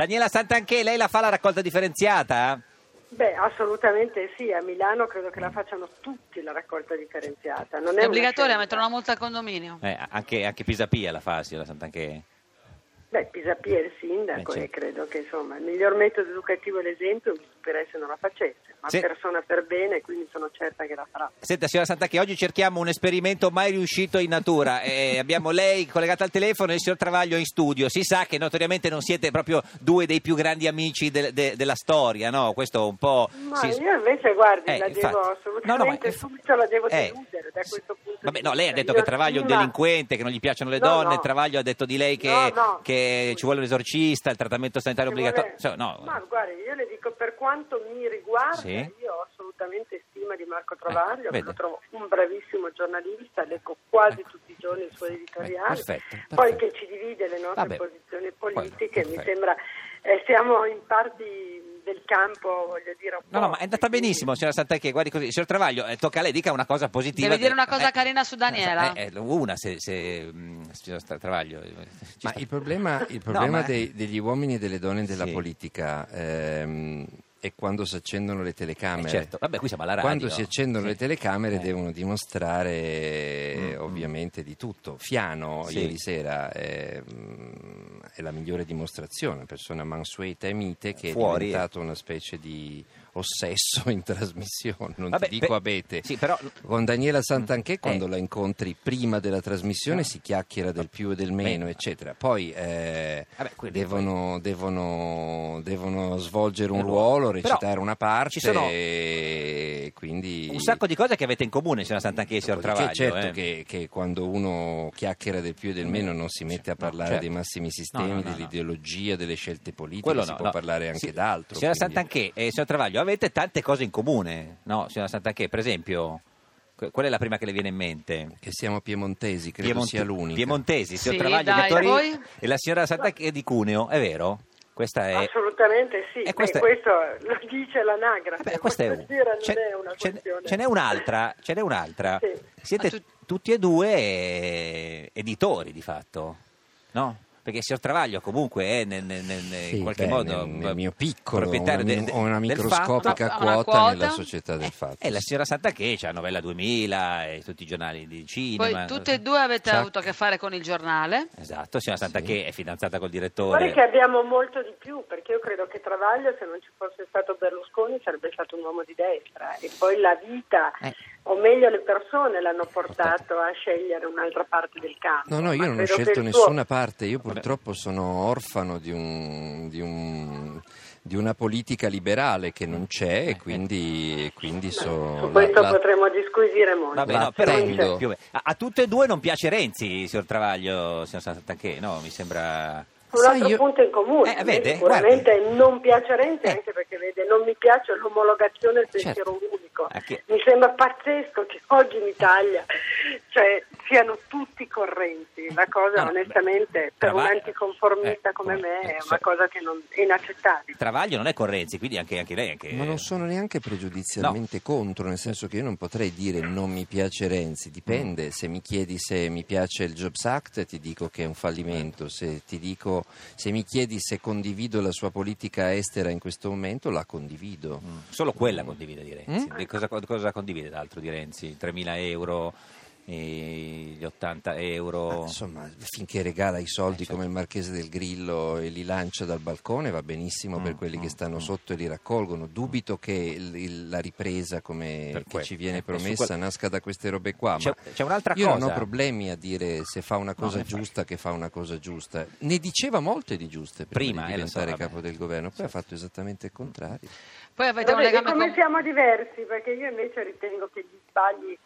Daniela Santanché, lei la fa la raccolta differenziata? Beh, assolutamente sì, a Milano credo che la facciano tutti la raccolta differenziata. Non è, È una obbligatoria, scelta. mettono una multa al condominio. Eh, anche, anche Pisapia la fa, signora Santanché? Beh, Pisapia è il Beh, certo. sindaco sì. e credo che insomma il miglior metodo educativo è l'esempio, mi stupirei se non la facesse, ma Sì. persona per bene, quindi sono certa che la farà. Senta, signora Santanché, oggi cerchiamo un esperimento mai riuscito in natura. Eh, abbiamo lei collegata al telefono e il signor Travaglio in studio. Si sa che notoriamente non siete proprio due dei più grandi amici del- de- della storia, no? Questo un po'... Ma si- io invece, guardi, Eh, la infatti. devo No, no, ma- assolutamente, subito la devo eh, deludere da sì. questo punto Vabbè, di no, vista. lei ha detto Io che Travaglio è un prima- delinquente, che non gli piacciono le No, donne, no. Travaglio ha detto di lei che, No, no. che ci vuole un esorcista, il trattamento sanitario Ci vuole- obbligatorio. Insomma, cioè, no. Ma guarda, io le dico per quanto mi riguarda, Sì. Eh, io ho assolutamente stima di Marco Travaglio, vede. lo trovo un bravissimo giornalista, leggo quasi Ecco. tutti i giorni i suoi Beh, editoriali, perfetto, poi perfetto. che ci divide le nostre Vabbè, posizioni quello, politiche, mi perfetto. sembra eh, siamo in parti del campo, voglio dire un No, no, po', ma è andata quindi- benissimo, cioè, signora Santanchè, guardi così. Signor Travaglio, eh, tocca a lei, dica una cosa positiva. Deve dire una cosa Eh, carina su Daniela. eh, eh, una, se, se mh, signor Stra- Travaglio. eh, ci Ma sta- il problema, il No, problema ma- dei- degli uomini e delle donne della Sì. politica ehm, è quando si accendono le Eh, telecamere. certo. Vabbè, qui siamo alla radio. Quando si accendono Sì. le telecamere Eh. devono dimostrare Mm, ovviamente di tutto. Fiano Sì. ieri sera ehm, è, la migliore dimostrazione, una persona mansueta e mite che Fuori, eh. è diventato una specie di ossesso in trasmissione, non Vabbè, ti dico beh, abete. Sì, però... Con Daniela Santanchè, quando Eh. la incontri prima della trasmissione, si chiacchiera del più e del meno, Beh. eccetera. Poi eh, Vabbè, quindi devono, devono- devono svolgere un Un ruolo, ruolo. recitare Però una parte, ci sono e quindi. Un sacco di cose che avete in comune, signora Santanchè e signor Travaglio. Dopodiché certo eh. che, che quando uno chiacchiera del più e del meno non si mette a No, parlare certo. dei massimi sistemi, No, no, no, no. dell'ideologia, delle scelte politiche, Quello si no, può no. parlare anche Sì. d'altro. Signora quindi- Santanchè e signor Travaglio, avete tante cose in comune, no, signora Santanchè? Per esempio, que- qual è la prima che le viene in mente? Che siamo piemontesi, credo Piemonte- sia l'unica. Piemontesi, signor Sì, Travaglio dai, di Torino voi? e la signora Santanchè di Cuneo, è vero? Questa è... Assolutamente sì, Eh, Beh, questo, questa è- lo dice l'anagrafe, Vabbè, questa è voglio un- dire, non ce- è una ce, questione- ce n'è un'altra, ce n'è un'altra. Sì. Siete Ma tu- tutti e due eh, editori di fatto, no? Perché il signor Travaglio comunque eh, è nel- nel- nel- Sì, in qualche beh, modo nel- eh, nel mio piccolo, proprietario una, de- de- ho una del microscopica Fatto. Una- una quota, Eh, quota. nella società del fatto. E la signora Santa Che c'ha Novella 2000 e tutti i giornali di Poi cinema. tutte e due avete C'ha- avuto a che fare con il giornale. Esatto, signora Santa Sì. Che è fidanzata col Guarda che direttore. abbiamo molto di più, perché io credo che Travaglio, se non ci fosse stato Berlusconi, sarebbe stato un uomo di destra. E poi la vita, Eh. o meglio le persone, l'hanno portato a scegliere un'altra parte del campo. No, no, Ma io non ho credo che scelto il suo- nessuna parte, io purtroppo sono orfano di, un- di un- di una politica liberale che non c'è e quindi, e quindi so, Su questo la- la- potremmo disquisire molto. Vabbè, la no, però attendo. più o meno. a, a tutte e due non piace Renzi, signor Travaglio, signora Santa Che, no? Mi sembra. Un Sai, altro io- punto in comune, Eh, vede, sicuramente non piace Renzi, Eh. anche perché vede, non mi piace l'omologazione del Certo. pensiero unico. Ah, che- Mi sembra pazzesco che oggi in Italia cioè, siano tutti correnti. La cosa, No, no, onestamente, Ah, beh, per Trava- un anticonformista eh, come me, eh, è sì. una cosa che non- è inaccettabile. Travaglio non è con Renzi, quindi anche, anche lei. Anche... Eh, Ma non sono neanche pregiudizialmente contro, nel senso che io non potrei dire non mi piace Renzi, dipende, se mi chiedi se mi piace il Jobs Act ti dico che è un fallimento, se, ti dico, se mi chiedi se condivido la sua politica estera in questo momento la condivido. Mm, Solo quella condivide di Renzi. Mm? Di Cosa, cosa condivide d'altro di Renzi? 3.000 euro, eh, gli 80 Ma, euro. Ah, insomma, finché regala i soldi Certo. come il Marchese del Grillo e li lancia dal balcone va benissimo Mm, per quelli che stanno sotto e li raccolgono. Dubito che il- il- la ripresa come Per che quello. ci E viene su promessa quel- nasca da queste robe qua. C'è- ma c'è un'altra io non cosa. ho problemi a dire se fa una cosa infatti. giusta che fa una cosa giusta. Ne diceva molte di giuste prima, Prima, di eh, lo so, diventare vabbè. Certo. capo del governo, poi ha fatto esattamente il contrario. Poi avete un Vabbè, legame come con... siamo diversi, perché io invece ritengo che gli sbagli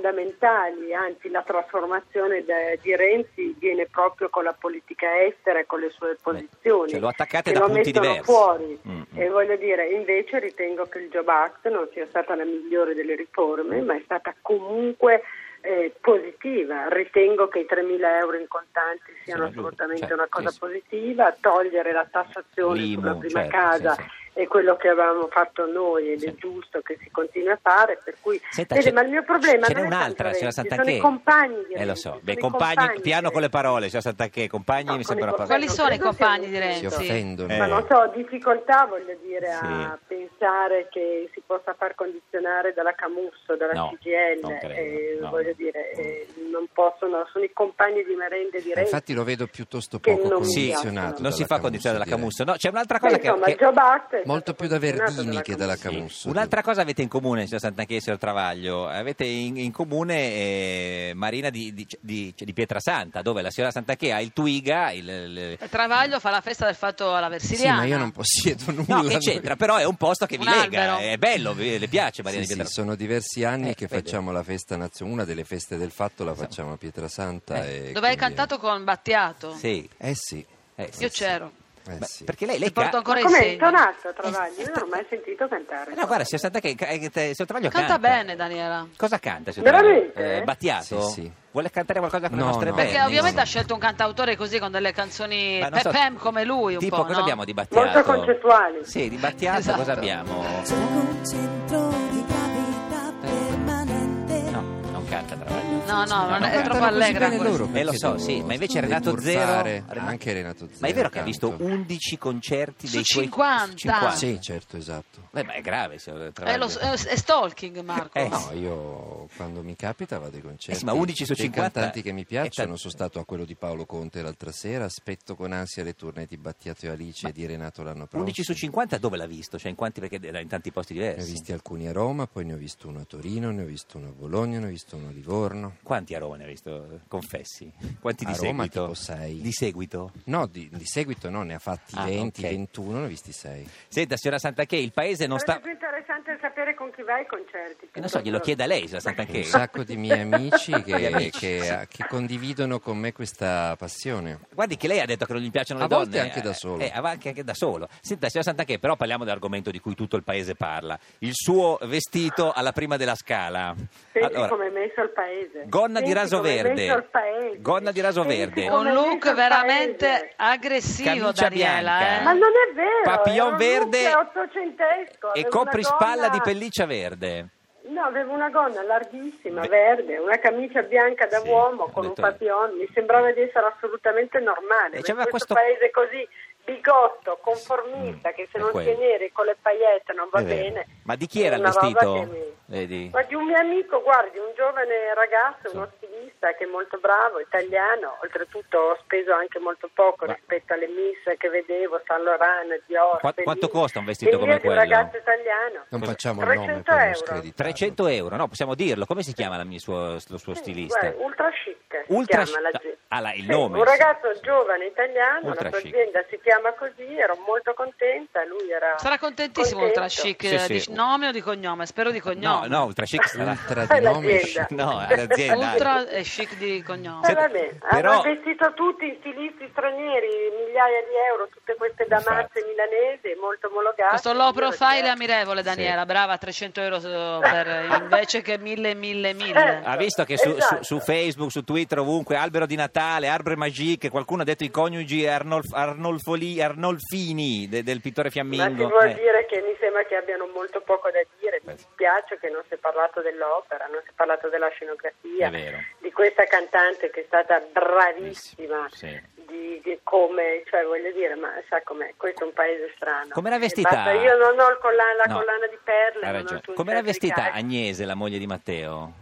fondamentali, anzi la trasformazione de- di Renzi viene proprio con la politica estera e con le sue posizioni. cioè lo attaccate che da lo punti mettono diversi. fuori. Mm, mm. E voglio dire, invece ritengo che il Job Act non sia stata la migliore delle riforme, ma è stata comunque eh, positiva. Ritengo che i 3.000 euro in contanti Sono siano giusto, assolutamente certo, una cosa sì, sì. positiva, togliere la tassazione L'IMU, sulla prima certo, casa sì, sì. è quello che avevamo fatto noi ed è Sì. giusto che si continui a fare, per cui Senta, Vede, c'è- ma il mio problema ce n'è non è un'altra, tanto signora Renzi, Santanchè. sono i compagni di Eh, lo Renzi, so, sono beh, i compagni, compagni piano di con le Renzi. parole, signora Santanchè, compagni No, mi con sembra i una parola. Quali compagni sono i credo compagni sia di un- Renzi? si offendono. Eh. Ma non so, ho difficoltà voglio dire a Sì. pensare che si possa far condizionare dalla Camusso, dalla No, CGL, non credo, eh, no. Mm. voglio dire, eh, non possono, sono i compagni di merende Eh, di Renzi. Infatti lo vedo piuttosto Che poco non condizionato. piacciono. Non si fa condizionare dalla Camusso. No, c'è un'altra cosa Beh, che... insomma, che- Joe Bart è Molto stato più da condizionato Verdini che dalla Camusso. Camusso. Un'altra cosa avete in comune, signor Santanchè e signor Travaglio, avete in, in comune eh, Marina di, di, di, cioè, di Pietrasanta, dove la signora Santanchè ha il Twiga, il, il- Travaglio fa la festa del fatto alla Sì, Versiliana. ma io non possiedo nulla. No, che c'entra, però è un posto che vi Un lega, albero. è bello, vi- le piace Sì, Marina sì, di Pietrasanta. sono diversi anni Eh, che vede. facciamo la festa nazionale, una delle feste del fatto la facciamo a Pietrasanta. Esatto. Eh. e Dove hai quindi- cantato con Battiato. Sì, Eh sì, eh, sì, Io sì. c'ero. eh Beh, sì. Perché lei, Ti lei porto ca- ancora i Com'è segni. intonato Travaglio? Io non ho mai sentito cantare. Eh, No, guarda, signor Santanchè, ca- eh, te- signor Travaglio Canta bene, Daniela. Cosa canta? signor Veramente? Travaglio? Eh, Battiato? Sì, sì. Vuole cantare qualcosa con No, le nostre no. band? Perché ovviamente no. ha scelto un cantautore così con delle canzoni Ma non so- pepem come lui un tipo, po', cosa no? abbiamo di Battiato? Molto concettuali. Sì, di Battiato Esatto. cosa abbiamo? C'è un centro di gravità permanente. No, non canta eh. Travaglio. No, no, non no, è cantano troppo così allegra bene questa. loro. Eh lo perché so, devo sì, ma invece Renato Zero, deturpare? Anche Renato Ma è vero che ha Zero visto canto. 11 concerti Su dei suoi 50? Sì. Sì, certo, esatto. Beh, ma è grave, signor Eh, Travaglio. lo- È, è stalking, Marco. Eh, No, io quando mi capita vado ai Eh concerti. sì, ma 11 su dei 50 cantanti che mi è piacciono, tan- sono stato a quello di Paolo Conte l'altra sera, aspetto con ansia le tournée di Battiato e Alice e di Renato l'anno prossimo. 11 su 50 dove l'ha visto? Cioè in quanti perché era in tanti posti Ne ho diversi. visti alcuni a Roma, poi ne ho visto uno a Torino, ne ho visto uno a Bologna, ne ho visto uno a Livorno. Quanti a Roma ne ha visto? Confessi. Quanti di A Roma seguito? tipo sei. Di seguito? No, di, di seguito no, ne ha fatti Ah, 20, ok. 21, ne ho visti 6. Senta, signora Santanchè, il paese non sta Sarebbe più interessante sapere con chi va ai concerti. Eh, non so, glielo chieda lei, signora Un Santanchè. sacco di miei amici Gli che, amici, che- che condividono con me questa passione. Guardi che lei ha detto che non gli piacciono le A donne. volte anche da solo. Eh, avanti anche da solo. Senta, signora Santanchè, però parliamo dell'argomento di cui tutto il paese parla. Il suo vestito alla prima della scala. Pensi come è messo il paese. Gonna di Pensi raso come è verde. messo il paese. Gonna di raso Pensi verde. come Un è messo look il veramente paese. aggressivo, Camicia bianca. Daniela. Eh. Ma non è vero. Papillon era un verde look ottocentesco. e aveva coprispalla una gonna- di pelliccia verde. No, aveva una gonna larghissima, Beh. verde, una camicia bianca da Sì, uomo ho con un detto- papillon. Mi sembrava di essere assolutamente E normale. ma c'aveva in questo- questo, Mm, paese così bigotto, conformista, che se è non quello. sei neri con le paillette non va È vero. bene. Ma di chi era è il una roba vestito? che mi- Vedi? Ma di un mio amico, guardi, un giovane ragazzo, uno stilista che è molto bravo, italiano, oltretutto ho speso anche molto poco Ma- rispetto alle miss che vedevo, San Loran, Dior. Qua- Fellini. quanto costa un vestito E come lì è di quello? Un ragazzo italiano. Non Cosa- facciamo il nome 300 per non euro. screditarlo. 300 euro, no, possiamo dirlo. Come si chiama la mia- il suo, lo suo Sì, stilista? guarda, ultra chic. si Ultra chiama la chic, ge- ah, la- il Sì, nome, Un sì. ragazzo giovane italiano, Ultra la sua chic. azienda si chiama così, ero molto contenta, lui era... Sarà contentissimo contento. Ultra Chic Sì, eh, sì. di nome o di cognome? Spero di No, cognome. no, ultra chic sarà. Ultra Poi di nome l'azienda. chic. No, all'azienda. Ultra e chic di cognome. Eh, Senta, vabbè, però- hanno investito tutti i stilisti stranieri, migliaia di euro, tutte queste damazze milanesi, molto omologate. Questo low Io lo profile direi. ammirevole, Daniela. Brava, 300 euro so- per, invece che mille, mille, Eh. mille. Ha visto che su, Esatto. su- su Facebook, su Twitter, ovunque, albero di Natale, arbre magique, qualcuno ha detto i coniugi Arnolf- Arnolfoli- Arnolfini de- del pittore Ma si fiammingo. vuol Eh. dire che mi sembra che abbiano molto poco da dire, mi Beh. dispiace che non si è parlato dell'opera, non si è parlato della scenografia, È vero. di questa cantante che è stata bravissima, Sì. di, di come, cioè voglio dire, ma sa com'è, questo è un paese strano. Come l'ha Eh, vestita? basta, io non ho il collana- la No, collana di perle, Ha non ho il ragione. tuo Come l'ha interesse di vestita calcio. Agnese, la moglie di Matteo?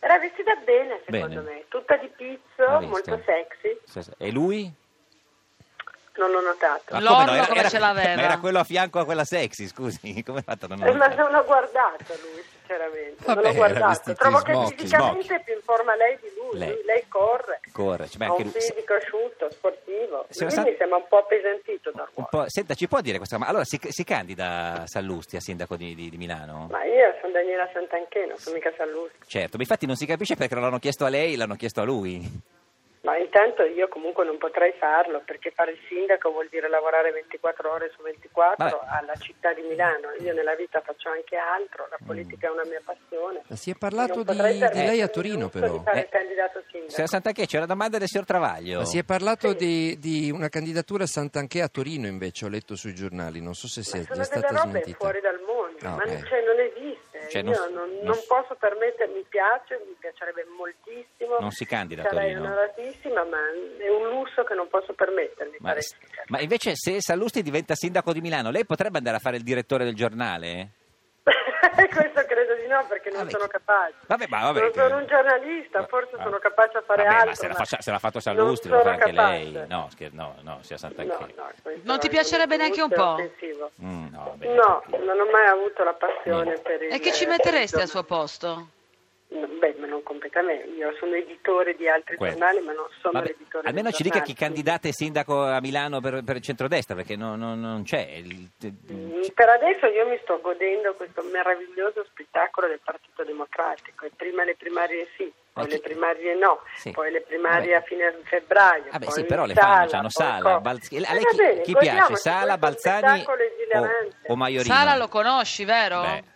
Era vestita bene secondo Bene. me, tutta di L'ha pizzo, visto? molto sexy, Sì, sì. E lui? non l'ho notato. Ma L'orlo come no? Era- come era- ce l'aveva? Ma era quello a fianco a quella sexy, scusi. Come ha fatto a non Eh, ma notarlo? non l'ho guardato lui, sinceramente. non Vabbè, l'ho era vestito guardato. in Trovo che smoking. fisicamente è più in forma lei di lui. Lei. Lui- Lei, corre. Corre, cioè, ma ha anche un lui- fisico asciutto, sportivo. Signora Lui San- mi sembra un po' appesantito da Un ruolo. po'- Senta, ci può dire questa ma Allora, si, si candida a Sallusti a sindaco di, di- di Milano? Ma io sono Daniela Santanchè, non sono mica Sallusti. Certo, ma infatti non si capisce perché non l'hanno chiesto a lei, l'hanno chiesto a lui. Ma intanto io comunque non potrei farlo perché fare il sindaco vuol dire lavorare 24 ore su 24 Vabbè. alla città di Milano. Io nella vita faccio anche altro, la politica è una mia passione. Ma si è parlato Non di, potrei di permettermi lei a il Torino lusso però. Di fare Eh. il candidato sindaco. Signor Santanchè, c'è una domanda del signor Travaglio. Ma si è parlato di, di una candidatura a Sant'Anché a Torino invece, ho letto sui giornali, non so se Ma sia sono già delle stata robe smentita. fuori dal mondo, Ah, ma ok. non, cioè, non esiste. Cioè, Io non- non, non non- posso permettermi, mi piace, mi piacerebbe moltissimo. Non si candida a Sarei Torino. onoratissima, ma è un lusso che non posso permettermi. Ma, sarei s- sincera. ma invece se Sallusti diventa sindaco di Milano, lei potrebbe andare a fare il direttore del giornale? Questo credo di no perché non Vabbè. sono capace. Ah, Vabbè, ma vabbè, non che- sono un giornalista, forse Ah. sono capace a fare Vabbè, altro. Ma se l'ha, ma faccia- se l'ha fatto non Sallusti, lo fa sono anche capace. lei. No, scher- no, no, signor No, Santanchè. no, questo Non ti è piacerebbe neanche un gusto po'? offensivo. Mm, no, vabbè. No, non ho mai avuto la passione per il E che ci metteresti giornalismo. al suo posto? No, Beh, ma non completamente. Io sono editore di altri Quello. giornali, ma non sono Vabbè, l'editore almeno dei ci dica giornali. chi candidate sindaco a Milano per, per il centrodestra, perché no- no- non c'è. il- Mm, Per adesso io mi sto godendo questo meraviglioso spettacolo del Partito Democratico. E prima le primarie sì, poi Ma le chi- primarie no, Sì. poi le primarie Vabbè. a fine febbraio. Vabbè, poi Ah sì, però le Sala, fanno, hanno poi Sala, co- Balz- Eh, a lei va chi, bene, chi godiamoci piace? Sala, questo Balzani spettacolo o, esilarante. o Maiorino? Sala lo conosci, vero? Beh,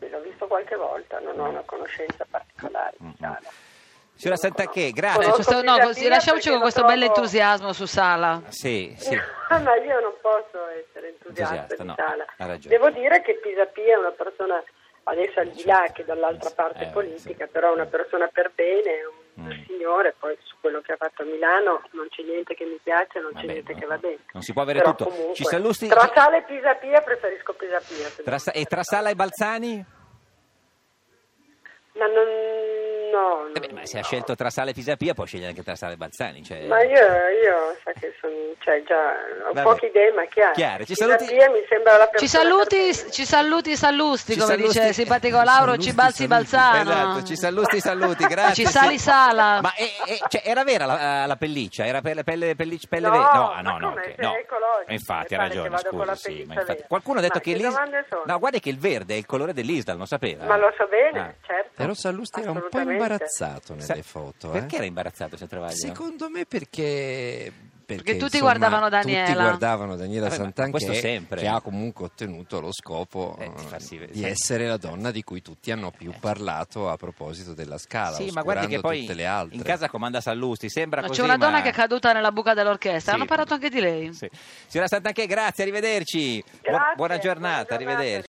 Sì, L'ho visto qualche volta, non Mm. ho una conoscenza particolare di Sala. Signora Lo conosco. Santanchè, Eh, grazie. Conosco- sost- no, Sofia così, Pia lasciamoci perché con lo questo trovo- bell'entusiasmo su Sala. Sì, sì. Ah, ma io non posso essere entusiasta, Entusiasta, no, di Sala. ha ragione. Devo dire che Pisapia è una persona, adesso al di là che dall'altra Eh, parte eh, politica, sì. però è una persona per bene, un Mm. signore, poi su quello che ha fatto a Milano non c'è niente che mi piace, non c'è Vabbè, niente no, che va bene. non si può avere Però tutto. comunque, Ci saluti- Tra Sala e Pisapia preferisco Pisapia. se Tra devo Sa- e dire. tra Sala e Balzani? Ma non... no, Eh beh, non- ma se ha no. scelto tra Sala e Pisapia può scegliere anche tra Sala e Balzani. Cioè... Ma io, io sa che sono, cioè già ho Vabbè. poche idee, ma chiaro. Chiare, ci Pisapia saluti- mi sembra la persona Ci saluti, per bene. ci saluti Sallusti, Ci come saluti- dice il simpatico Lauro, saluti, ci balzi saluti. Balzano. Esatto, ci saluti, saluti, grazie. Ah, Ci sali Sala. Ma è- è- cioè, era vera la, la pelliccia? Era per, pelle, pellic- pelle No, vera? No, ah, ma no, no. come? che- Se no. è ecologica, Infatti, ha mi pare che ragione. vado Scusi, con la sì, ma pelliccia infatti- vera. qualcuno ha detto Ma che, che l'Is- domande sono? No, guardi che il verde è il colore dell'Isdal, non sapeva. Ma lo so bene, Ah. certo. Però Sallusti era un po' assolutamente. imbarazzato nelle Sa- foto. eh. Perché era imbarazzato se Travaglio? Secondo me perché... Perché tutti guardavano Daniela. Tutti guardavano Daniela Vabbè, ma questo Santanchè sempre. che ha comunque ottenuto lo scopo Eh, di eh, farsi- Eh. di essere la donna di cui tutti hanno più parlato a proposito della scala, Sì, ma guardi che oscurando poi tutte le altre. in casa comanda Sallusti, sembra No, così, c'è una donna ma- che è caduta nella buca dell'orchestra. Sì. Hanno parlato anche di lei. Sì. Signora Santanchè, grazie, arrivederci. Buo- buona Grazie, giornata, buona giornata. arrivederci.